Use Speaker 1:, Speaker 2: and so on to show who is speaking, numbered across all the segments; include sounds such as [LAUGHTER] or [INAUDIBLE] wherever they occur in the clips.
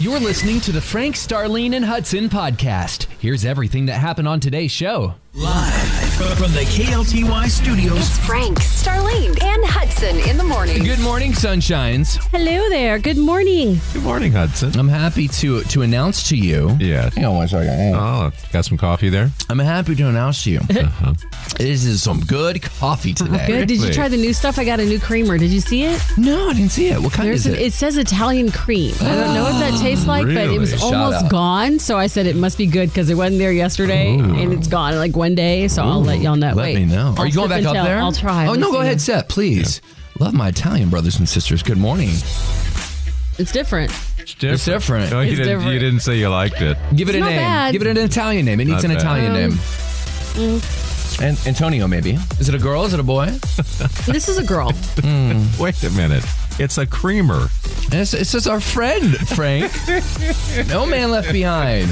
Speaker 1: You're listening to the Frank, Starlene, and Hudson podcast. Here's everything that happened on today's show.
Speaker 2: Live from the KLTY studios.
Speaker 3: It's Frank, Starlene, and Hudson in the morning.
Speaker 1: Good morning, sunshines.
Speaker 4: Hello there. Good morning.
Speaker 5: Good morning, Hudson.
Speaker 1: I'm happy to to announce to you.
Speaker 5: Yeah.
Speaker 1: Hang on one second. Hang on.
Speaker 5: Oh, got some coffee there?
Speaker 1: I'm happy to announce to you.
Speaker 2: Uh-huh.
Speaker 1: This is some good coffee today.
Speaker 4: Uh-huh. Good. Did you
Speaker 5: Really?
Speaker 4: try the new stuff? I got a new creamer. Did you see it?
Speaker 1: No, I didn't see it. What kind
Speaker 4: There's
Speaker 1: is
Speaker 4: an,
Speaker 1: it?
Speaker 4: it? says Italian cream. I don't know what that tastes like, but it was
Speaker 5: Really?
Speaker 1: Shout
Speaker 4: almost
Speaker 1: out.
Speaker 4: gone. So I said it must be good because it wasn't there yesterday and it's gone like one day. So I'll let y'all know.
Speaker 1: Let
Speaker 4: Wait,
Speaker 1: me know.
Speaker 4: I'll
Speaker 1: Are you going
Speaker 4: sip
Speaker 1: back
Speaker 4: and
Speaker 1: up
Speaker 4: tell.
Speaker 1: there?
Speaker 4: I'll try.
Speaker 1: Oh
Speaker 4: Let me
Speaker 1: no, go
Speaker 4: see.
Speaker 1: ahead, sip, please. Love my Italian brothers and sisters. Good morning.
Speaker 4: It's different.
Speaker 5: It's different.
Speaker 1: It's different.
Speaker 5: No, you,
Speaker 4: It's
Speaker 5: didn't,
Speaker 4: different.
Speaker 5: you didn't say you liked it.
Speaker 1: Give it
Speaker 4: It's
Speaker 1: a
Speaker 4: not
Speaker 1: name.
Speaker 4: bad.
Speaker 1: Give it an Italian name. It needs
Speaker 5: Not
Speaker 1: an
Speaker 5: bad. Mm.
Speaker 1: Italian name. And Antonio, maybe. Is it a girl? Is it a boy?
Speaker 4: This is a girl.
Speaker 5: Wait a minute. It's a creamer.
Speaker 1: This, this is our friend,
Speaker 5: [LAUGHS]
Speaker 1: Frank. no man left behind.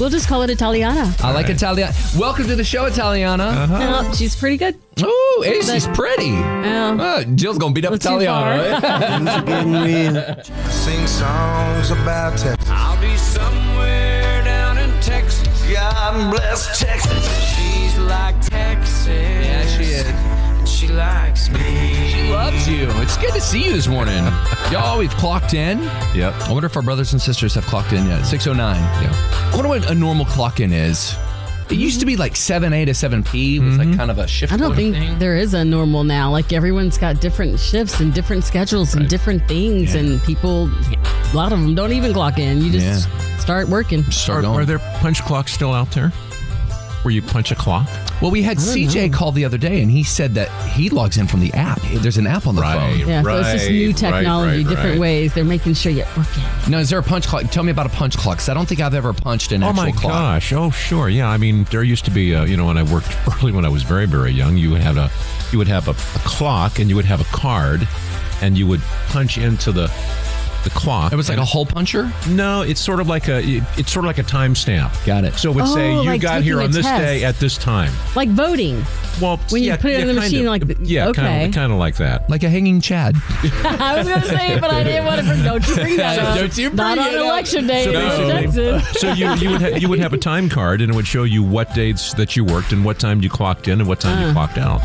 Speaker 4: we'll just call it Italiana.
Speaker 1: I like Italian. Welcome to the show, Italiana.
Speaker 4: Oh, she's pretty good.
Speaker 5: Uh-huh.
Speaker 1: Ooh, hey, she's pretty.
Speaker 4: Um,
Speaker 1: Uh, Jill's gonna beat up
Speaker 4: Not too far.
Speaker 1: Italiana. right?
Speaker 6: Sing songs about Texas. I'll be somewhere down in Texas. God bless Texas. She's like Texas.
Speaker 4: [LAUGHS]
Speaker 6: Yeah,
Speaker 1: she is.
Speaker 6: And she likes me.
Speaker 1: she loves you. It's good to see you this morning. Y'all, we've clocked in.
Speaker 5: Yep.
Speaker 1: I wonder if our brothers and sisters have clocked in yet. 609. I wonder what a normal clock in is. It used to be like 7A to 7P was
Speaker 5: Mm-hmm.
Speaker 1: like kind of a shift.
Speaker 4: I don't
Speaker 1: work
Speaker 4: think
Speaker 1: thing.
Speaker 4: there is a normal now. Like everyone's got different shifts and different schedules and different things, and people, a lot of them don't even clock in. You just start working.
Speaker 1: Start going.
Speaker 5: there punch clocks still out there? Where you punch a clock?
Speaker 1: Well, we had CJ call the other day, and he said that he logs in from the app. There's an app on the
Speaker 5: Right.
Speaker 1: phone.
Speaker 4: Yeah, so it's just new
Speaker 5: Right, right,
Speaker 4: technology,
Speaker 5: right,
Speaker 4: different
Speaker 5: right.
Speaker 4: ways. They're making sure you're working.
Speaker 1: Now, is there a punch clock? Tell me about a punch clock, 'cause I don't think I've ever punched an
Speaker 5: Oh
Speaker 1: actual
Speaker 5: my
Speaker 1: clock.
Speaker 5: gosh! Oh sure, yeah. I mean, there used to be, uh, you know, when I worked [LAUGHS] early when I was very very young, you had a, you would have a, a clock and you would have a card, and you would punch into the, the clock.
Speaker 1: It was like a hole puncher.
Speaker 5: No, it's sort of like a it- it's sort of like a timestamp.
Speaker 1: Got it.
Speaker 5: So it would say
Speaker 4: Oh,
Speaker 5: you
Speaker 4: like
Speaker 5: got
Speaker 4: taking
Speaker 5: here
Speaker 4: a
Speaker 5: on this
Speaker 4: test.
Speaker 5: day at this time.
Speaker 4: Like voting. [LAUGHS]
Speaker 5: Well,
Speaker 4: When you
Speaker 5: yeah,
Speaker 4: put it
Speaker 5: yeah,
Speaker 4: in the
Speaker 5: kind
Speaker 4: machine,
Speaker 5: of.
Speaker 4: like the-
Speaker 5: yeah, kind
Speaker 4: okay.
Speaker 5: of, kind of like that.
Speaker 1: Like a hanging Chad.
Speaker 4: I was going to say, but I didn't want to bring. Don't you bring that up?
Speaker 1: Don't you
Speaker 4: Not
Speaker 1: bring
Speaker 4: on
Speaker 1: it up.
Speaker 4: election day
Speaker 5: So
Speaker 4: in
Speaker 1: [LAUGHS]
Speaker 5: basically-
Speaker 4: Texas.
Speaker 5: So you you would ha- you would have a time card, and it would show you what dates that you worked and what time you clocked in and what
Speaker 4: Uh.
Speaker 5: time you clocked out.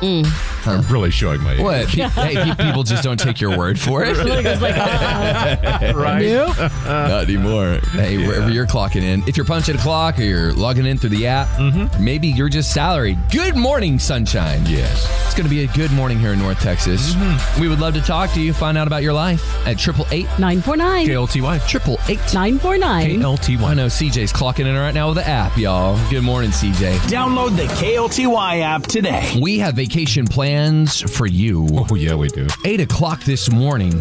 Speaker 4: Mm.
Speaker 5: I'm really showing my age.
Speaker 1: What?
Speaker 5: [LAUGHS]
Speaker 1: Pe- hey, pe- people just don't take your word for it.
Speaker 4: Like, it's like, uh,
Speaker 5: Right.
Speaker 4: nope.
Speaker 1: Not anymore. Hey, wherever you're clocking in, if you're punching a clock or you're logging in through the app, maybe you're just salary. Good morning, sunshine.
Speaker 5: Yes.
Speaker 1: It's going to be a good morning here in North Texas. We would love to talk to you, find out about your life at triple eight
Speaker 4: 949.
Speaker 5: KLTY.
Speaker 1: triple eight
Speaker 4: 949.
Speaker 1: I
Speaker 5: KLTY.
Speaker 1: know CJ's clocking in right now with the app, y'all. Good morning, CJ.
Speaker 2: Download the KLTY app today.
Speaker 1: We have vacation plans for you.
Speaker 5: Oh yeah, we do.
Speaker 1: 8 o'clock this morning,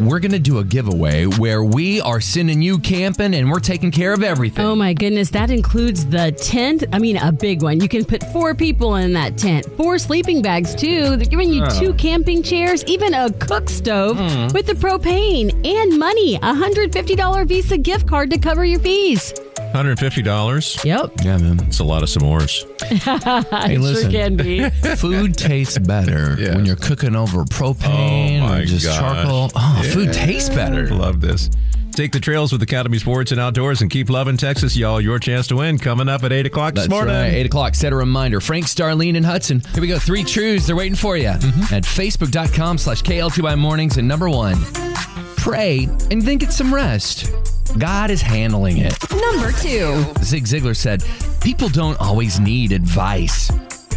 Speaker 1: we're going to do a giveaway where we are sending you camping and we're taking care of everything.
Speaker 4: Oh my goodness, that includes the tent. I mean, a big one. You can put four people in that tent, four sleeping bags, too. They're giving you two camping chairs, even a cook stove with the propane and money. A $150 Visa gift card to cover your fees.
Speaker 5: Hundred fifty dollars.
Speaker 4: Yep.
Speaker 1: yeah, man.
Speaker 5: It's a lot of s'mores.
Speaker 1: Hey, listen.
Speaker 4: Sure
Speaker 1: [LAUGHS]
Speaker 4: can be.
Speaker 1: Food
Speaker 5: [LAUGHS]
Speaker 1: tastes better
Speaker 5: Yeah.
Speaker 1: when you're cooking over propane
Speaker 5: Oh, my
Speaker 1: or just
Speaker 5: gosh.
Speaker 1: charcoal. Oh, food tastes better.
Speaker 5: Love this. Take the trails with Academy Sports and Outdoors and keep loving Texas, y'all. Your chance to win coming up at 8 o'clock this
Speaker 1: That's
Speaker 5: morning.
Speaker 1: right. Eight o'clock. Set a reminder. Frank, Starlene, and Hudson. Here we go. Three truths. They're waiting for you
Speaker 5: Mm-hmm.
Speaker 1: at facebook.com slash KL2Y mornings. And number one, pray and then get some rest. God is handling it.
Speaker 3: Number two.
Speaker 1: Zig Ziglar said, People don't always need advice.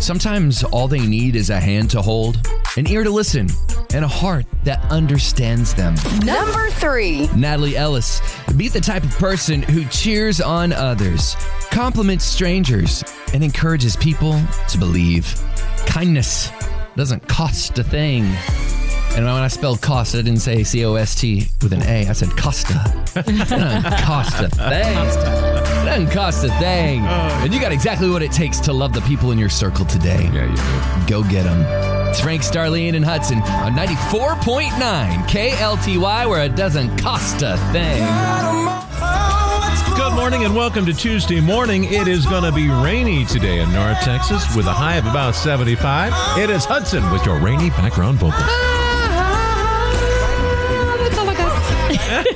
Speaker 1: Sometimes all they need is a hand to hold, an ear to listen, and a heart that understands them.
Speaker 3: Number three.
Speaker 1: Natalie Ellis. Be the type of person who cheers on others, compliments strangers, and encourages people to believe. Kindness doesn't cost a thing. And when I spelled cost, I didn't say C O S T with an A. I said Costa. It doesn't cost a thing. It doesn't cost a thing. And you got exactly what it takes to love the people in your circle today.
Speaker 5: Yeah, you do.
Speaker 1: Go get them. It's Frank, Starlene, and Hudson on 94.9 KLTY, where it doesn't cost a thing.
Speaker 5: Good morning and welcome to Tuesday morning. It is going to be rainy today in North Texas with a high of about 75. It is Hudson with your rainy background vocals.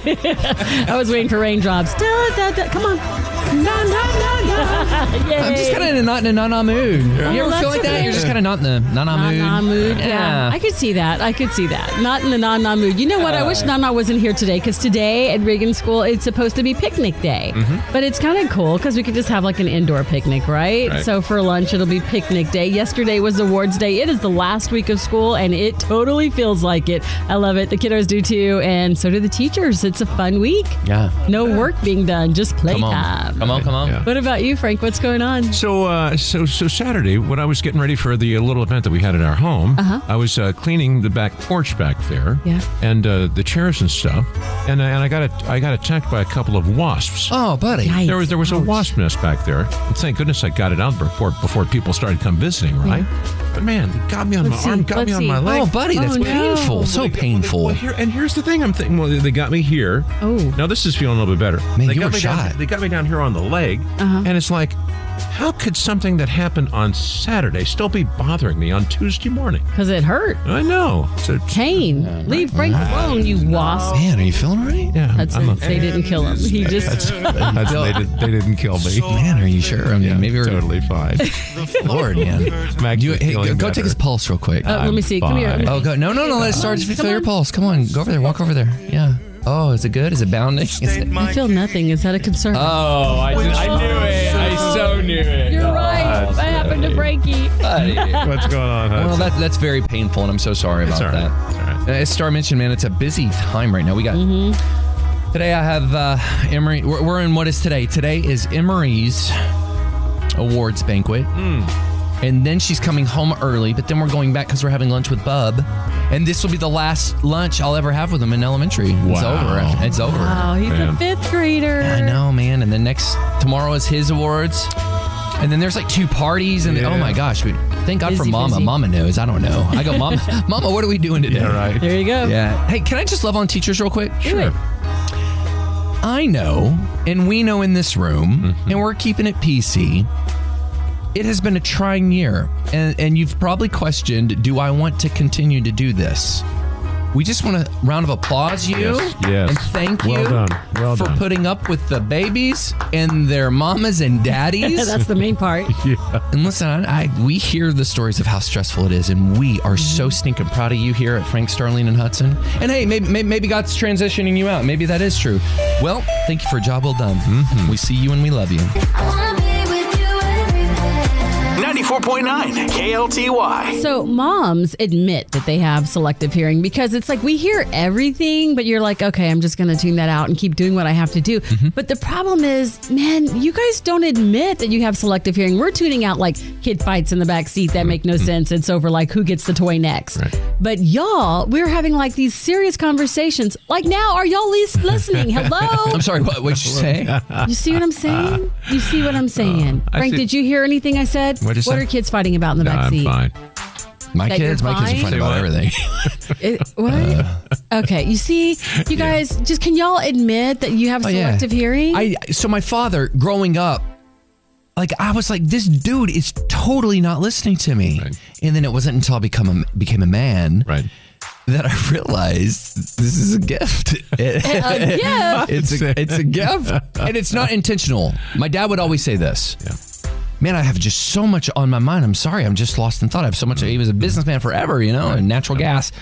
Speaker 4: [LAUGHS] I was waiting for raindrops. Da, da, da. Come [LAUGHS] on. Na, na, na, na. Yay.
Speaker 1: I'm just kind of in a not in a na-na mood. you ever
Speaker 4: that's
Speaker 1: feel like that?
Speaker 4: okay.
Speaker 1: You're just kind of not in the na-na mood.
Speaker 4: Na-na mood. Yeah. I could see that. I could see that. Not in the na-na mood. You know what? I wish Nana wasn't here today because today at Reagan School, it's supposed to be picnic day.
Speaker 1: Mm-hmm.
Speaker 4: But it's kind of cool because we could just have like an indoor picnic, right?
Speaker 5: Right.
Speaker 4: So for lunch, it'll be picnic day. Yesterday was awards day. It is the last week of school and it totally feels like it. I love it. The kiddos do too. And so do the teachers. It's a fun week.
Speaker 1: Yeah.
Speaker 4: No work being done, just
Speaker 1: Come on.
Speaker 4: playtime.
Speaker 1: Come on, Oh, come on.
Speaker 5: Yeah.
Speaker 4: What about you, Frank? What's going on?
Speaker 5: So, uh, so, so Saturday, when I was getting ready for the uh, little event that we had at our home,
Speaker 1: Uh-huh.
Speaker 5: I was uh, cleaning the back porch back there,
Speaker 4: Yeah.
Speaker 5: and uh, the chairs and stuff, and I, and I got a, I got attacked by a couple of wasps.
Speaker 1: Oh, buddy.
Speaker 4: Yikes.
Speaker 5: There was there was a
Speaker 4: Ouch.
Speaker 5: wasp nest back there. And thank goodness I got it out before before people started come visiting, right? But man, it got me on
Speaker 4: Let's
Speaker 5: my arm,
Speaker 4: see.
Speaker 5: got
Speaker 4: Let's
Speaker 5: me on
Speaker 4: see.
Speaker 5: my leg.
Speaker 1: Oh, buddy, that's
Speaker 4: Oh, no.
Speaker 1: painful. So painful.
Speaker 5: Well, here, and here's the thing I'm thinking, well, they got me here.
Speaker 4: Oh.
Speaker 5: Now this is feeling a little bit better.
Speaker 1: Man,
Speaker 5: they
Speaker 1: you
Speaker 5: got
Speaker 1: were
Speaker 5: me down-
Speaker 1: shot.
Speaker 5: they got me down here on the leg,
Speaker 4: Uh-huh.
Speaker 5: and it's like, how could something that happened on Saturday still be bothering me on Tuesday morning?
Speaker 4: Because it hurt.
Speaker 5: I know. So,
Speaker 4: Kane, leave Frank alone, you wasp.
Speaker 1: Man, are you feeling all right?
Speaker 5: yeah,
Speaker 4: That's
Speaker 5: I'm a-
Speaker 4: it. they didn't kill him. He just uh,
Speaker 5: that's- they, did, they didn't kill me.
Speaker 1: Man, are you sure? I mean,
Speaker 5: Yeah,
Speaker 1: maybe we're
Speaker 5: totally fine.
Speaker 1: [LAUGHS] Lord, man.
Speaker 5: I'm actually
Speaker 1: You, hey, go
Speaker 5: feeling
Speaker 1: go
Speaker 5: better.
Speaker 1: take his pulse real quick.
Speaker 4: Uh, let me see. Come here.
Speaker 5: fine.
Speaker 1: oh, go. No, no, no. Let it start to feel your pulse. Come on, go over there. Walk over there. Yeah. Oh, is it good? Is it bounding? Is it?
Speaker 4: I feel nothing. Is that a concern?
Speaker 5: Uh,
Speaker 1: Oh, I, I knew it. I so knew it. Oh,
Speaker 4: You're right. That happened to Frankie.
Speaker 5: What's going on? Hudson?
Speaker 1: Well, that, that's very painful, and I'm so sorry about
Speaker 5: It's all right.
Speaker 1: that.
Speaker 5: It's all right.
Speaker 1: Uh, As Star mentioned, man, it's a busy time right now. We got
Speaker 5: Mm-hmm.
Speaker 1: today. I have uh, Emory. We're, we're in what is today? Today is Emory's awards banquet,
Speaker 5: Hmm.
Speaker 1: and then she's coming home early. But then we're going back because we're having lunch with Bub, and this will be the last lunch I'll ever have with him in elementary. It's
Speaker 5: Wow.
Speaker 1: over. It's over.
Speaker 4: Oh, he's
Speaker 5: Man.
Speaker 4: a fifth grader.
Speaker 1: I know, man. And then next tomorrow is his awards. And then there's like two parties, and
Speaker 5: Yeah.
Speaker 1: oh my gosh, dude! Thank God for
Speaker 4: Busy,
Speaker 1: Mama.
Speaker 4: busy.
Speaker 1: Mama knows. I don't know. I go,
Speaker 5: [LAUGHS]
Speaker 1: Mama, Mama, what are we doing today?
Speaker 5: Yeah, right.
Speaker 4: There you go.
Speaker 1: Yeah. Hey, can I just love on teachers real quick?
Speaker 4: Do it.
Speaker 1: I know, and we know in this room,
Speaker 5: Mm-hmm.
Speaker 1: and we're keeping it PC. It has been a trying year, and, and you've probably questioned do I want to continue to do this? We just want a round of applause, you.
Speaker 5: Yes, yes.
Speaker 1: And thank you
Speaker 5: Well done, well
Speaker 1: for
Speaker 5: done.
Speaker 1: putting up with the babies and their mamas and
Speaker 5: [LAUGHS]
Speaker 1: daddies.
Speaker 4: That's the main part.
Speaker 1: and listen, I, I, we hear the stories of how stressful it is, and we
Speaker 5: Mm-hmm.
Speaker 1: are so stinking proud of you here at Frank Starling and Hudson. And hey, maybe, maybe, maybe God's transitioning you out. Maybe that is true. Well, thank you for a job well done.
Speaker 5: Mm-hmm.
Speaker 1: We see you and we love you.
Speaker 2: 94.9 KLTY.
Speaker 4: So moms admit that they have selective hearing because it's like we hear everything, but you're like, okay, I'm just going to tune that out and keep doing what I have to do.
Speaker 5: Mm-hmm.
Speaker 4: But the problem is, man, you guys don't admit that you have selective hearing. We're tuning out like kid fights in the back seat that make
Speaker 5: Mm.
Speaker 4: no sense. It's over like who gets the toy next. But y'all, we're having like these serious conversations. Like now, are y'all least
Speaker 5: [LAUGHS]
Speaker 4: listening? Hello,
Speaker 1: I'm sorry, what would you say?
Speaker 4: you see what I'm saying? You see what I'm saying?
Speaker 5: Oh, I
Speaker 4: Frank,
Speaker 5: see-
Speaker 4: did you hear anything I said?
Speaker 5: What'd you
Speaker 4: what
Speaker 5: say?
Speaker 4: are kids fighting about in the
Speaker 5: No,
Speaker 4: back
Speaker 5: I'm
Speaker 4: seat?
Speaker 5: fine.
Speaker 1: My
Speaker 4: That you're
Speaker 1: kids, my kids are
Speaker 4: fine?
Speaker 1: fighting about
Speaker 5: Say
Speaker 1: everything.
Speaker 5: what? [LAUGHS]
Speaker 1: [LAUGHS]
Speaker 4: It,
Speaker 1: Uh.
Speaker 4: what? okay, you see, you guys, just can y'all admit that you have selective hearing?
Speaker 1: Oh, I so my father growing up, like I was like, this dude is totally not listening to me.
Speaker 5: Right.
Speaker 1: And then it wasn't until I become a, became a man
Speaker 5: Right.
Speaker 1: that I realized this is a gift. It-
Speaker 4: a gift.
Speaker 1: it's a, it's a gift, and it's not intentional. My dad would always say this. Man, I have just so much on my mind. I'm sorry, I'm just lost in thought. I have so much. He was a businessman forever, you know, and natural gas,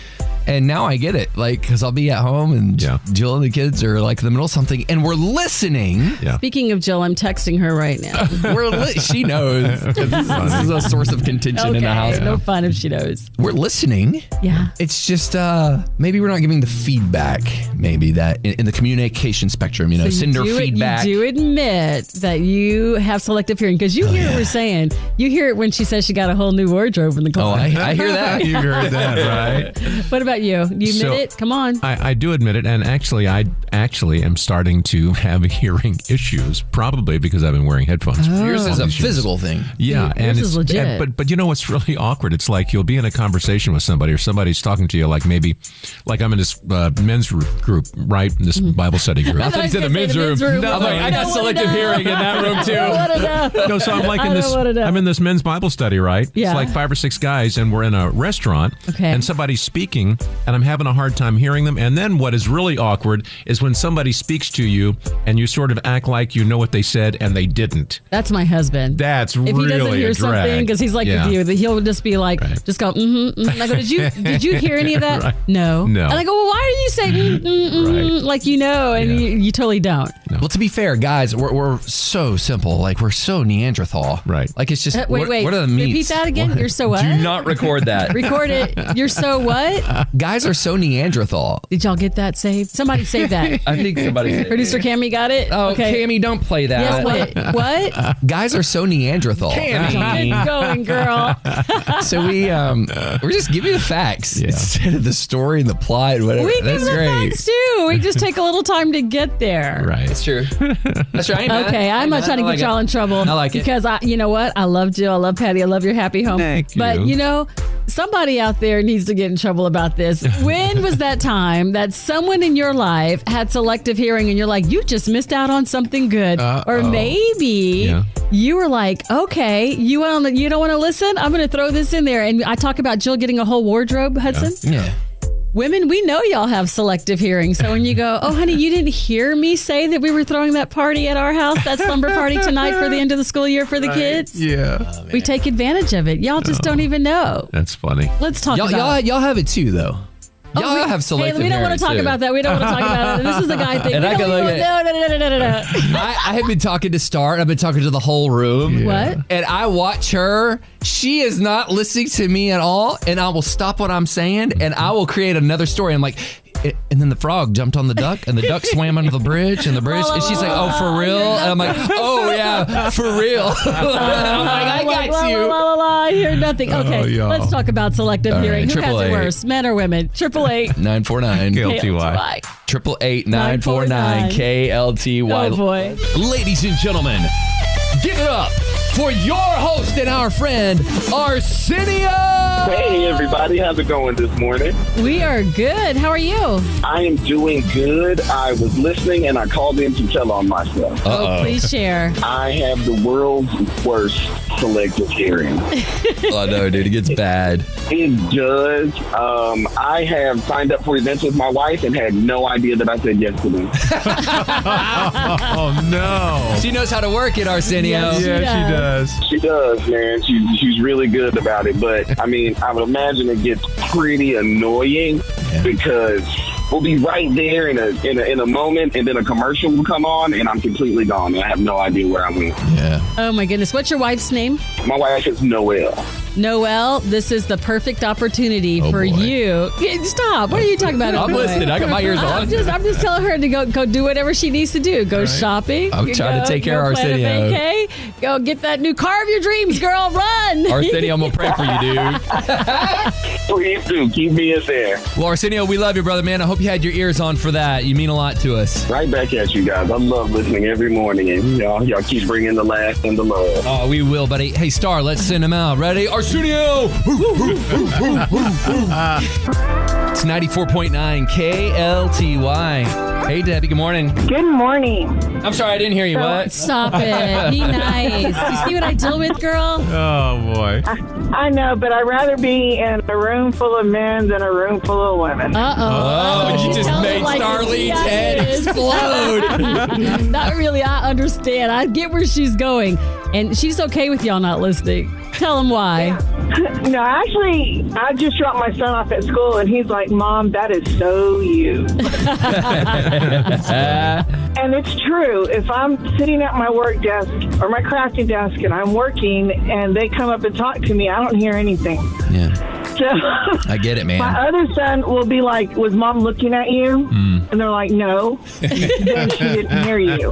Speaker 1: and now I get it. Like, because I'll be at home, and
Speaker 5: Yeah.
Speaker 1: Jill and the kids are like in the middle of something, and we're listening.
Speaker 5: Yeah.
Speaker 4: Speaking of Jill, I'm texting her
Speaker 1: [LAUGHS]
Speaker 4: right now.
Speaker 1: We're li- she knows 'cause this, this is a source of contention in the house.
Speaker 4: no fun if she knows.
Speaker 1: We're listening.
Speaker 4: Yeah.
Speaker 1: It's just uh maybe we're not giving the feedback maybe that in, in the communication spectrum, you know,
Speaker 4: So
Speaker 1: send her
Speaker 4: do,
Speaker 1: feedback.
Speaker 4: You do admit that you have selective hearing because
Speaker 1: Oh,
Speaker 4: you hear what we're saying. You hear it when she says she got a whole new wardrobe in the
Speaker 1: Oh,
Speaker 4: closet.
Speaker 1: I, I hear
Speaker 4: [LAUGHS]
Speaker 1: that.
Speaker 5: you heard that, right?
Speaker 4: what about you? You admit
Speaker 5: So-
Speaker 4: it?
Speaker 1: [LAUGHS]
Speaker 4: Come on.
Speaker 5: I, I do admit it, and actually, I actually am starting to [LAUGHS] have hearing issues, probably because I've been wearing headphones.
Speaker 1: [LAUGHS] Oh. Yours is a physical thing.
Speaker 5: Yeah,
Speaker 4: Yours
Speaker 5: and
Speaker 4: is
Speaker 5: it's
Speaker 4: legit.
Speaker 5: and- but but you know what's really [LAUGHS] awkward? It's like you'll be in a conversation with somebody, or somebody's talking to you, like maybe, like I'm in this uh, men's r- group, right? This Bible study group.
Speaker 4: thought you said the men's room. No,
Speaker 5: I'm like, I
Speaker 4: got selective hearing in [LAUGHS]
Speaker 5: that room
Speaker 4: I don't wanna know.
Speaker 5: [LAUGHS] no, so I'm like
Speaker 4: I
Speaker 5: in
Speaker 4: don't
Speaker 5: this.
Speaker 4: wanna know.
Speaker 5: I'm in this men's Bible study, right?
Speaker 4: Yeah.
Speaker 5: It's like five or six guys, and we're in a restaurant.
Speaker 4: Okay.
Speaker 5: And somebody's speaking, and I'm having a hard time hearing them. And then what is really awkward is when somebody speaks to you and you sort of act like you know what they said and they didn't.
Speaker 4: That's my husband.
Speaker 5: That's
Speaker 4: if
Speaker 5: really
Speaker 4: he doesn't hear
Speaker 5: a drag.
Speaker 4: something because he's like
Speaker 5: Yeah.
Speaker 4: you, he'll just be like,
Speaker 5: Right.
Speaker 4: just go. Mm-hmm, mm I go, did you did you hear any of that?
Speaker 5: Right.
Speaker 4: No,
Speaker 5: No.
Speaker 4: And I go, well, why do you say mm, mm, mm,
Speaker 5: Right.
Speaker 4: like you know, and
Speaker 5: Yeah.
Speaker 4: you, you totally don't.
Speaker 1: Well, to be fair, guys, we're, we're so simple. Like we're so Neanderthal.
Speaker 5: Right.
Speaker 1: Like it's just
Speaker 4: Uh, wait,
Speaker 1: what,
Speaker 4: wait,
Speaker 1: what are the
Speaker 4: repeat
Speaker 1: meats?
Speaker 4: that again. You're so what?
Speaker 7: Do not record that.
Speaker 4: [LAUGHS] Record it. You're so what?
Speaker 1: Guys are so Neanderthal.
Speaker 4: Did y'all get that saved? Somebody save that.
Speaker 7: I think somebody said
Speaker 4: [LAUGHS] Producer Cammy got it.
Speaker 1: Oh, Cammy, don't play
Speaker 4: Yes,
Speaker 1: that.
Speaker 4: what?
Speaker 1: [LAUGHS]
Speaker 4: what?
Speaker 1: Guys are so Neanderthal.
Speaker 4: Good going, girl.
Speaker 1: so we um we're just giving you the facts instead of the story and the plot and whatever.
Speaker 4: We give
Speaker 1: That's
Speaker 4: the
Speaker 1: great.
Speaker 4: facts too. We just take a little time to get there.
Speaker 5: Right.
Speaker 7: That's true. That's right.
Speaker 4: Okay, I'm not trying to get y'all in trouble.
Speaker 7: I like it.
Speaker 4: because I, you know what? I love Jill. I love Patty. I love your happy home.
Speaker 5: Thank
Speaker 4: But
Speaker 5: you.
Speaker 4: you know, somebody out there needs to get in trouble about this. When was that time that someone in your life had selective hearing, and you're like, you just missed out on something good, or maybe.
Speaker 5: Yeah.
Speaker 4: You were like, okay, you want to, you don't want to listen? I'm going to throw this in there, and I talk about Jill getting a whole wardrobe, Hudson
Speaker 1: Yeah.
Speaker 4: women, we know y'all have selective hearing. So when you go, oh, honey, you didn't hear me say that we were throwing that party at our house, that slumber party tonight for the end of the school year for the kids,
Speaker 5: Yeah.
Speaker 4: we take advantage of it. Y'all just don't even know.
Speaker 5: That's funny.
Speaker 4: Let's talk
Speaker 1: Y'all,
Speaker 4: about
Speaker 1: y'all y'all have it too though. Y'all
Speaker 4: Oh, we-
Speaker 1: have selective
Speaker 4: Hey, we don't want
Speaker 1: hearing,
Speaker 4: to talk
Speaker 1: too.
Speaker 4: about that. We don't want to talk about it. This is the guy thing.
Speaker 1: And
Speaker 4: we
Speaker 1: I
Speaker 4: don't,
Speaker 1: can
Speaker 4: we
Speaker 1: look
Speaker 4: don't- no, no, no,
Speaker 1: [LAUGHS]
Speaker 4: no, no, no.
Speaker 1: I, I have been talking to Star and I've been talking to the whole room.
Speaker 4: What?
Speaker 1: And I watch her. She is not listening to me at all. And I will stop what I'm saying and I will create another story. I'm like, "Eh," and then the frog jumped on the duck and the duck swam under the bridge and the bridge. And she's like, oh, for real? And I'm like, oh, yeah, for real. [LAUGHS] I'm like, I
Speaker 4: Like,
Speaker 1: got
Speaker 4: La,
Speaker 1: you. Oh,
Speaker 4: la, la, la, la, I hear nothing. Okay,
Speaker 5: y'all.
Speaker 4: let's talk about selective
Speaker 1: right,
Speaker 4: hearing. Who
Speaker 1: triple
Speaker 4: has it
Speaker 1: eight.
Speaker 4: worse, men or women? Triple eight.
Speaker 1: 949
Speaker 5: LTY.
Speaker 1: triple eight nine four nine KLTY.
Speaker 4: Oh boy.
Speaker 1: Ladies and gentlemen, give it up for your host and our friend, Arsenio!
Speaker 8: Hey everybody, how's it going this morning?
Speaker 4: We are good. How are you?
Speaker 8: I am doing good. I was listening and I called in to tell on myself.
Speaker 4: Oh, please share.
Speaker 8: I have the world's worst selective hearing.
Speaker 1: Oh no, dude, it gets bad.
Speaker 8: It does. Um, I have signed up for events with my wife and had no idea that I said yes to them.
Speaker 5: Oh, no.
Speaker 1: She knows how to work it, Arsenio.
Speaker 4: Yes. Yeah, she
Speaker 5: does.
Speaker 8: She does, man. She's she's really good about it. But I mean, I would imagine it gets pretty annoying because we'll be right there in a, in a in a moment, and then a commercial will come on, and I'm completely gone, and I have no idea where I went.
Speaker 4: Oh my goodness. What's your wife's name?
Speaker 8: My wife is Noelle.
Speaker 4: Noelle, this is the perfect opportunity
Speaker 5: Oh,
Speaker 4: for
Speaker 5: boy.
Speaker 4: you. Yeah, Stop. What are you talking about?
Speaker 1: I'm listening. I got my ears
Speaker 4: [LAUGHS] I'm
Speaker 1: on.
Speaker 4: just, I'm just telling her to go go do whatever she needs to do. Go shopping.
Speaker 1: I'm trying to
Speaker 4: Go-
Speaker 1: take care
Speaker 4: go
Speaker 1: of uh,
Speaker 4: plan a
Speaker 1: Arsenio.
Speaker 4: vacay. Go get that new car of your dreams, girl. Run.
Speaker 1: Arsenio, I'm gonna pray for you, dude.
Speaker 8: Please do keep me in there.
Speaker 1: Well, Arsenio, we love you, brother, man. I hope you had your ears on for that. You mean a lot to us.
Speaker 8: Right back at you guys. I love listening every morning, and y'all y'all keep bringing the laugh and the love.
Speaker 1: Oh, we will, buddy. Hey, Star, let's send him out. Ready? Arsenio! it's 94.9 KLTY. Hey, Debbie, good morning.
Speaker 9: Good morning.
Speaker 1: I'm sorry, I didn't hear you. What?
Speaker 4: Stop
Speaker 1: [LAUGHS]
Speaker 4: it. Be nice. You see what I deal with, girl?
Speaker 5: Oh, boy.
Speaker 4: Ah,
Speaker 9: I know, but I'd rather be in a room full of men than a room full of women.
Speaker 4: Uh oh.
Speaker 1: Oh, you just made Starlene's head explode.
Speaker 4: [LAUGHS] Not really. I understand. I get where she's going, and she's okay with y'all not listening. Tell them why.
Speaker 9: No, actually, I just dropped my son off at school, and he's like, Mom, that is so you. and it's true. If I'm sitting at my work desk or my crafting desk and I'm working and they come up and talk to me, I don't hear anything.
Speaker 1: yeah,
Speaker 9: So.
Speaker 1: I get it, man.
Speaker 9: My other son will be like, "Was mom looking at you?" And they're like, "No." then she didn't hear you.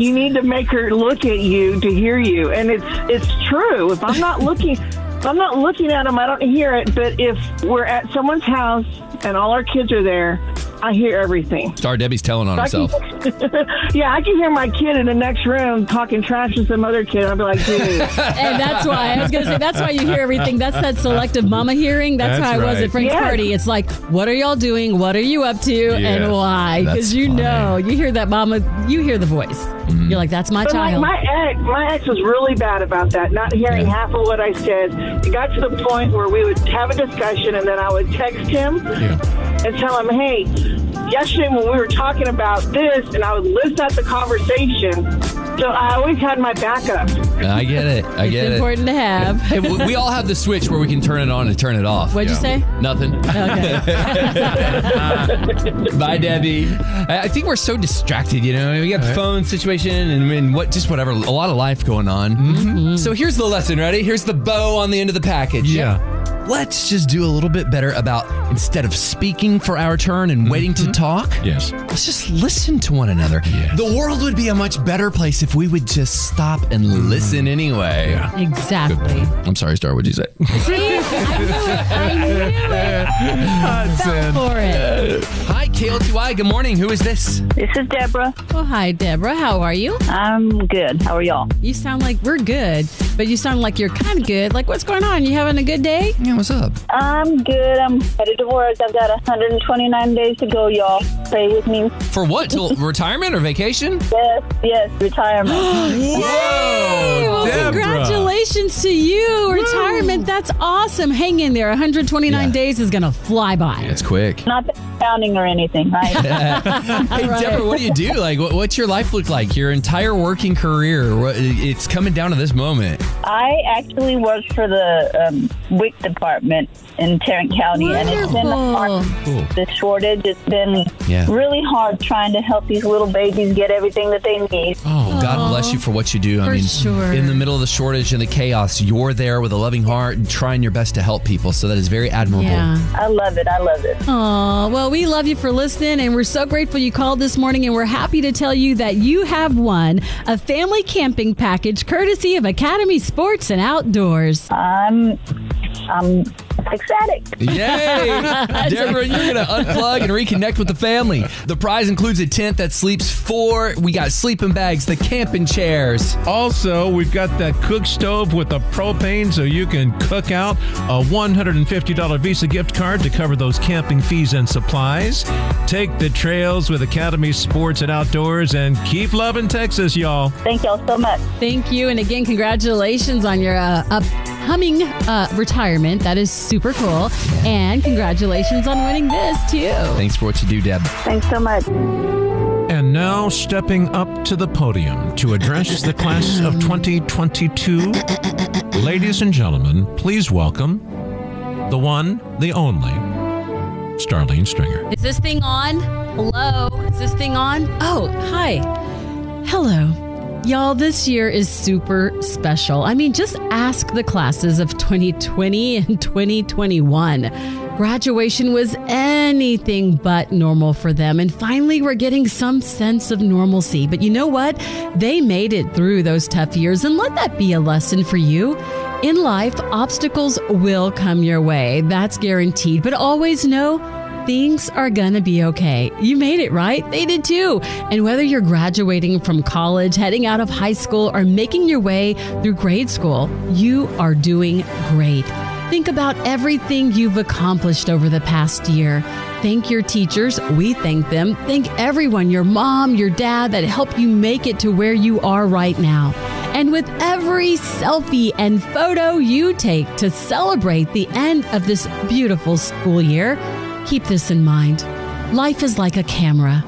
Speaker 9: You need to make her look at you to hear you, and it's it's true. If I'm not looking, if I'm not looking at them, I don't hear it. But if we're at someone's house and all our kids are there, I hear everything.
Speaker 1: Star Debbie's telling on
Speaker 9: I can-
Speaker 1: herself.
Speaker 9: [LAUGHS] yeah, I can hear my kid in the next room talking trash to some other kid. I'll be like, dude.
Speaker 4: And that's why I was going to say that's why you hear everything. That's that selective mama hearing. That's,
Speaker 5: That's
Speaker 4: how I was
Speaker 5: right.
Speaker 4: at Frank's
Speaker 9: Yes.
Speaker 4: party. It's like, what are y'all doing? What are you up to?
Speaker 5: Yeah.
Speaker 4: And why?
Speaker 1: That's
Speaker 4: Because you
Speaker 1: funny. Mm-hmm.
Speaker 4: know, you hear that mama, you hear the voice. You're like, that's my
Speaker 9: But like
Speaker 4: child.
Speaker 9: my ex, my ex was really bad about that, not hearing
Speaker 1: Yeah.
Speaker 9: half of what I said. It got to the point where we would have a discussion, and then I would text him and tell him, "Hey, yesterday when we were talking about this," and I would list out the conversation. So I always had my backup.
Speaker 1: I get it. I get
Speaker 4: it's
Speaker 1: it.
Speaker 4: important to
Speaker 1: [LAUGHS]
Speaker 4: have.
Speaker 1: Hey, we- we all have the switch where we can turn it on and turn it off.
Speaker 4: What'd you say?
Speaker 1: Nothing.
Speaker 4: Okay.
Speaker 1: [LAUGHS] Bye, Debbie. I I think we're so distracted, you know. We got the phone situation and, and what, just whatever. A lot of life going on. So here's the lesson. Ready? Here's the bow on the end of the package.
Speaker 5: Yeah.
Speaker 1: Let's just do a little bit better about instead of speaking for our turn and waiting to talk.
Speaker 5: Yes.
Speaker 1: Let's just listen to one another.
Speaker 5: Yes.
Speaker 1: The world would be a much better place if we would just stop and listen anyway.
Speaker 4: exactly.
Speaker 1: I'm sorry, Star. What'd you say?
Speaker 4: See? I knew it. I knew it. Fell for it.
Speaker 1: Hi, KLTY. Good morning. Who is this?
Speaker 10: This is Deborah.
Speaker 4: Well, hi, Deborah. How are you?
Speaker 10: I'm good. How are y'all?
Speaker 4: You sound like we're good, but you sound like you're kind of good. Like, what's going on? You having a good day?
Speaker 1: Yeah, what's up?
Speaker 10: I'm good. I'm headed to work. I've got 129 days to go, y'all. Pray with me.
Speaker 1: For what? Till [LAUGHS] retirement or vacation?
Speaker 10: Yes, yes,
Speaker 9: [GASPS]
Speaker 10: retirement.
Speaker 4: Hey, well,
Speaker 5: Deborah.
Speaker 4: congratulations to you. Retirement. That's awesome. Hang in there. 129
Speaker 1: Yeah.
Speaker 4: days is going to fly by.
Speaker 1: It's quick.
Speaker 10: Not that I'm counting or anything, right?
Speaker 1: Hey, Deborah, what do you
Speaker 4: [LAUGHS]
Speaker 1: do? Like, what, what's your life look like? Your entire working career? What, it's coming down to this moment.
Speaker 10: I actually work for the um, WIC department in Tarrant County, and it's been hard.
Speaker 4: Wonderful.
Speaker 10: The shortage, it's been
Speaker 1: Yeah.
Speaker 10: really hard trying to help these little babies get everything that they need.
Speaker 1: Oh, God bless you for what you do. I
Speaker 4: For
Speaker 1: mean,
Speaker 4: sure.
Speaker 1: in the middle of the shortage and the chaos, you're there with a loving heart and trying your best to help people. So that is very admirable.
Speaker 4: Yeah.
Speaker 10: I love it. I love it.
Speaker 4: Aw, well, we love you for listening, and we're so grateful you called this morning, and we're happy to tell you that you have won a family camping package courtesy of Academy Sports and Outdoors.
Speaker 10: I'm, I'm ecstatic.
Speaker 1: Yay! Deborah, you're going to unplug and reconnect with the family. The prize includes a tent that sleeps four. We got sleeping bags, the camping chairs.
Speaker 5: Also, we've got that cook stove with the propane so you can cook out a $150 Visa gift card to cover those camping fees and supplies. Take the trails with Academy Sports and Outdoors and keep loving Texas, y'all.
Speaker 10: Thank y'all so much.
Speaker 4: Thank you, and again, congratulations on your uh, upcoming uh, retirement. That is super cool, and congratulations on winning this too.
Speaker 1: Thanks for what you do, Deb.
Speaker 10: Thanks so much.
Speaker 5: And now, stepping up to the podium to address the class of 2022, ladies and gentlemen, please welcome the one, the only, Starlene Stringer.
Speaker 4: Is this thing on? Hello? Is this thing on? Oh, hi. Hello. Y'all, this year is super special. I mean, just ask the classes of 2020 and 2021. Graduation was anything but normal for them, and finally we're getting some sense of normalcy. But you know what? They made it through those tough years, and let that be a lesson for you. In life, obstacles will come your way, that's guaranteed, but always know things are gonna be okay. You made it, right? They did too. And whether you're graduating from college, heading out of high school, or making your way through grade school, you are doing great. Think about everything you've accomplished over the past year. Thank your teachers. We thank them. Thank everyone your mom, your dad that helped you make it to where you are right now. And with every selfie and photo you take to celebrate the end of this beautiful school year, keep this in mind. Life is like a camera.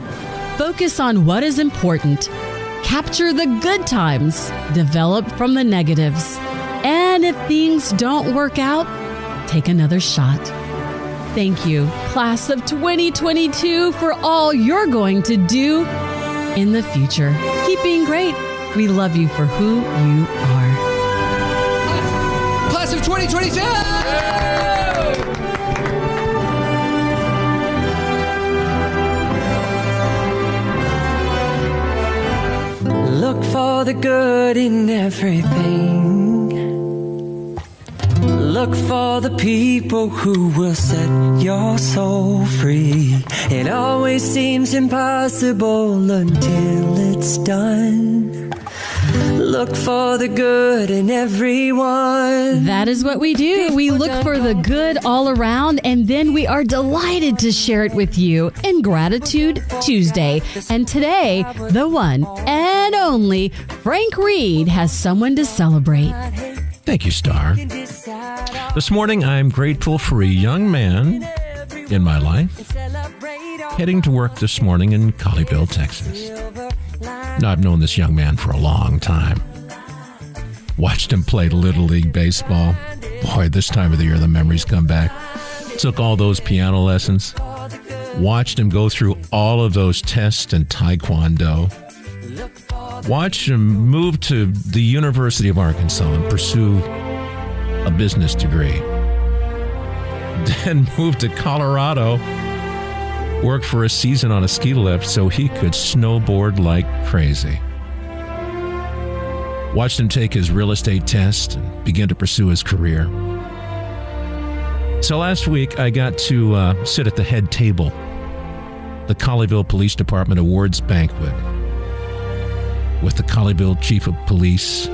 Speaker 4: Focus on what is important. Capture the good times, develop from the negatives. And if things don't work out, take another shot. Thank you, class of 2022, for all you're going to do in the future. Keep being great. We love you for who you are.
Speaker 1: Class of 2022!
Speaker 11: Look for the good in everything. Look for the people who will set your soul free. It always seems impossible until it's done. Look for the good in everyone.
Speaker 4: That is what we do. We look for the good all around, and then we are delighted to share it with you in Gratitude Tuesday. And today, the one and only Frank Reed has someone to celebrate.
Speaker 5: Thank you, Star. This morning, I'm grateful for a young man in my life heading to work this morning in Colleyville, Texas. Now, I've known this young man for a long time. Watched him play Little League Baseball. Boy, this time of the year, the memories come back. Took all those piano lessons. Watched him go through all of those tests in Taekwondo. Watched him move to the University of Arkansas and pursue a business degree. [LAUGHS] Then moved to Colorado, worked for a season on a ski lift so he could snowboard like crazy. Watched him take his real estate test and begin to pursue his career. So last week, I got to uh, sit at the head table, the Colleyville Police Department Awards Banquet, with the Colleyville Chief of Police,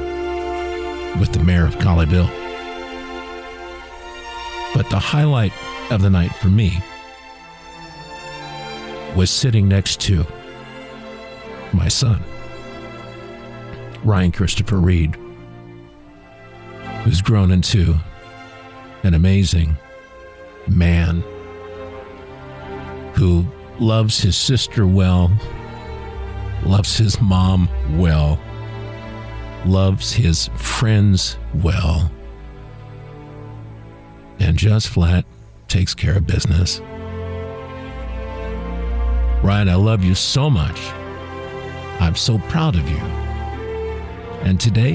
Speaker 5: with the Mayor of Colleyville. But the highlight of the night for me was sitting next to my son, Ryan Christopher Reed, who's grown into an amazing man who loves his sister well, loves his mom well, loves his friends well, and just flat takes care of business. Ryan, I love you so much. I'm so proud of you. And today,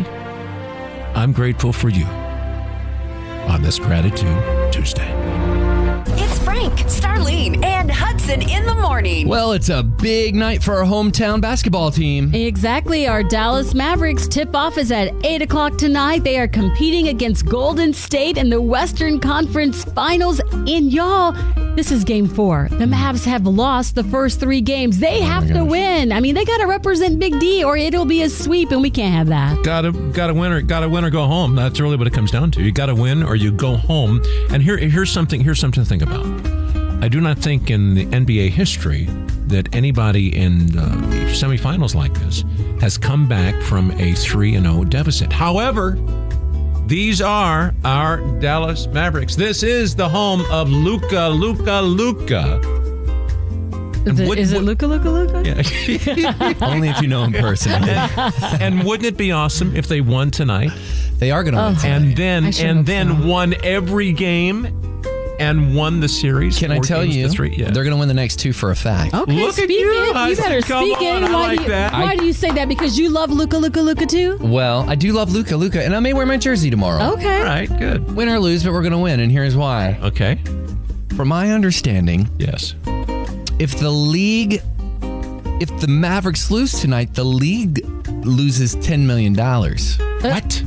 Speaker 5: I'm grateful for you on this Gratitude Tuesday.
Speaker 3: It's Frank, Starlene, and Hudson in the morning.
Speaker 1: Well, it's a big night for our hometown basketball team.
Speaker 4: Exactly. Our Dallas Mavericks tip off is at 8 o'clock tonight. They are competing against Golden State in the Western Conference Finals. And y'all, this is game four. The Mavs have lost the first three games.
Speaker 5: Oh
Speaker 4: They have to win. I mean, they got to represent Big D or it'll be a sweep, and we can't have that.
Speaker 5: Got to got to win or got to win or go home. That's really what it comes down to. You got to win or you go home. And here here's something here's something to think about. I do not think in the NBA history that anybody in uh, semifinals like this has come back from a 3 and 0 deficit. However, these are our Dallas Mavericks. This is the home of Luca Luca Luca. [LAUGHS]
Speaker 4: Is it, is it Luca, Luca, Luca?
Speaker 1: Only if you know him personally.
Speaker 5: and, and wouldn't it be awesome if they won tonight?
Speaker 1: They are going to
Speaker 5: win And then
Speaker 1: I sure hope
Speaker 5: and then won every game and won the series.
Speaker 1: Can I
Speaker 5: four
Speaker 1: tell
Speaker 5: games to
Speaker 1: you?
Speaker 5: Three. Yeah.
Speaker 1: They're going to win the next two for a fact.
Speaker 4: Okay,
Speaker 5: Look at
Speaker 4: speak
Speaker 5: you,
Speaker 4: it. You
Speaker 5: Hudson.
Speaker 4: better
Speaker 5: Come
Speaker 4: speak
Speaker 5: on,
Speaker 4: it.
Speaker 5: I
Speaker 4: why
Speaker 5: like
Speaker 4: do you,
Speaker 5: that.
Speaker 4: Why do you say that? Because you love Luca, Luca, Luca too?
Speaker 1: Well, I do love Luca Luca, and I may wear my jersey tomorrow.
Speaker 4: Okay. All
Speaker 5: right, good.
Speaker 1: Win or lose, but we're going to win, and here's why.
Speaker 5: Okay.
Speaker 1: From my understanding,
Speaker 5: yes.
Speaker 1: If the league, if the Mavericks lose tonight, the league loses ten million dollars.
Speaker 5: What?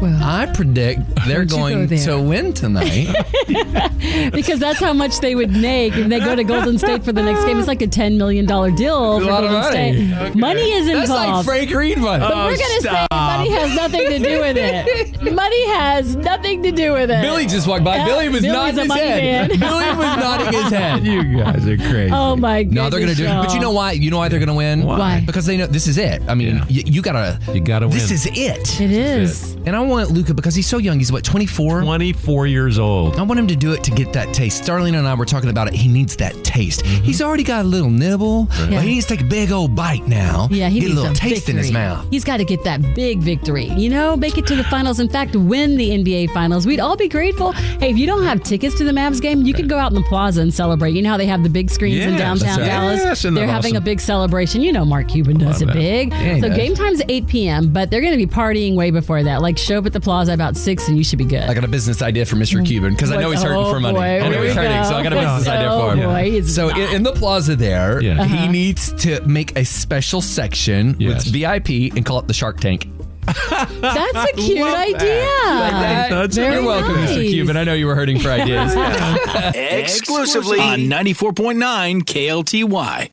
Speaker 4: Well,
Speaker 1: I predict they're
Speaker 4: Don't you go
Speaker 1: going
Speaker 4: there.
Speaker 1: to win
Speaker 4: [LAUGHS]
Speaker 1: tonight.
Speaker 4: because that's how much they would make if they go to Golden State for the next game. It's like a ten million dollar deal
Speaker 1: It's a
Speaker 4: for
Speaker 1: lot of
Speaker 4: Golden
Speaker 1: money.
Speaker 4: State.
Speaker 1: Okay.
Speaker 4: Money is involved.
Speaker 1: That's like Frank Reed money.
Speaker 4: But
Speaker 1: Oh,
Speaker 4: we're gonna
Speaker 1: stop.
Speaker 4: say money has nothing to do
Speaker 1: [LAUGHS]
Speaker 4: with it. money has nothing to do with it.
Speaker 1: Billy just walked by.
Speaker 4: Yeah,
Speaker 1: Billy was
Speaker 4: Billy's
Speaker 1: nodding
Speaker 4: a
Speaker 1: his
Speaker 4: money
Speaker 1: head. [LAUGHS]
Speaker 4: man.
Speaker 1: Billy
Speaker 4: [LAUGHS]
Speaker 1: was nodding his head.
Speaker 5: [LAUGHS] You guys are crazy.
Speaker 4: Oh my god.
Speaker 1: No, they're gonna do it. But you know why? You know why they're gonna win?
Speaker 4: Why?
Speaker 1: Because they know this is it. I mean, y- you gotta.
Speaker 5: You gotta win.
Speaker 1: This is it.
Speaker 4: It is.
Speaker 1: And I want Luca because he's so young. He's what 24.
Speaker 5: 24 years old.
Speaker 1: I want him to do it to get that taste. Starling and I were talking about it. He needs that taste. He's already got a little nibble, but
Speaker 4: Mm-hmm. Yeah.
Speaker 1: he needs to take a big old bite now.
Speaker 4: Yeah, he
Speaker 1: get a
Speaker 4: needs
Speaker 1: little taste in his
Speaker 4: victory.
Speaker 1: mouth.
Speaker 4: He's got to get that big victory. You know, make it to the finals. In fact, win the NBA finals. We'd all be grateful. Hey, if you don't have tickets to the Mavs game, you could go out in the plaza and celebrate. You know how they have the big screens in
Speaker 5: Yes,
Speaker 4: downtown
Speaker 5: that's right.
Speaker 4: Dallas.
Speaker 5: Yes, isn't that
Speaker 4: they're having a
Speaker 5: awesome?
Speaker 4: big celebration. You know, Mark Cuban does it
Speaker 5: that.
Speaker 4: big.
Speaker 5: Yeah, he
Speaker 4: so
Speaker 5: does.
Speaker 4: game time's 8 p.m., but they're going to be partying way before that. Like show up at the plaza about six, and you should be good.
Speaker 1: [LAUGHS] I got a business idea for Mr. Cuban because I know he's hurting
Speaker 4: Mm-hmm. Oh,
Speaker 1: for money.
Speaker 4: boy,
Speaker 1: I know
Speaker 4: here
Speaker 1: he's
Speaker 4: we
Speaker 1: hurting,
Speaker 4: go.
Speaker 1: so I got a business
Speaker 4: Oh,
Speaker 1: idea for him.
Speaker 4: boy, he's Uh-huh.
Speaker 1: so in, in the plaza there,
Speaker 5: Yeah.
Speaker 1: he needs to make a special section
Speaker 5: Yes.
Speaker 1: with VIP and call it the Shark Tank.
Speaker 4: That's a cute idea.
Speaker 1: You're
Speaker 4: Uh, Very
Speaker 1: welcome, Mr.
Speaker 4: nice.
Speaker 1: Cuban. I know you were
Speaker 4: [LAUGHS]
Speaker 1: hurting for ideas.
Speaker 2: Exclusively on 94.9 KLTY.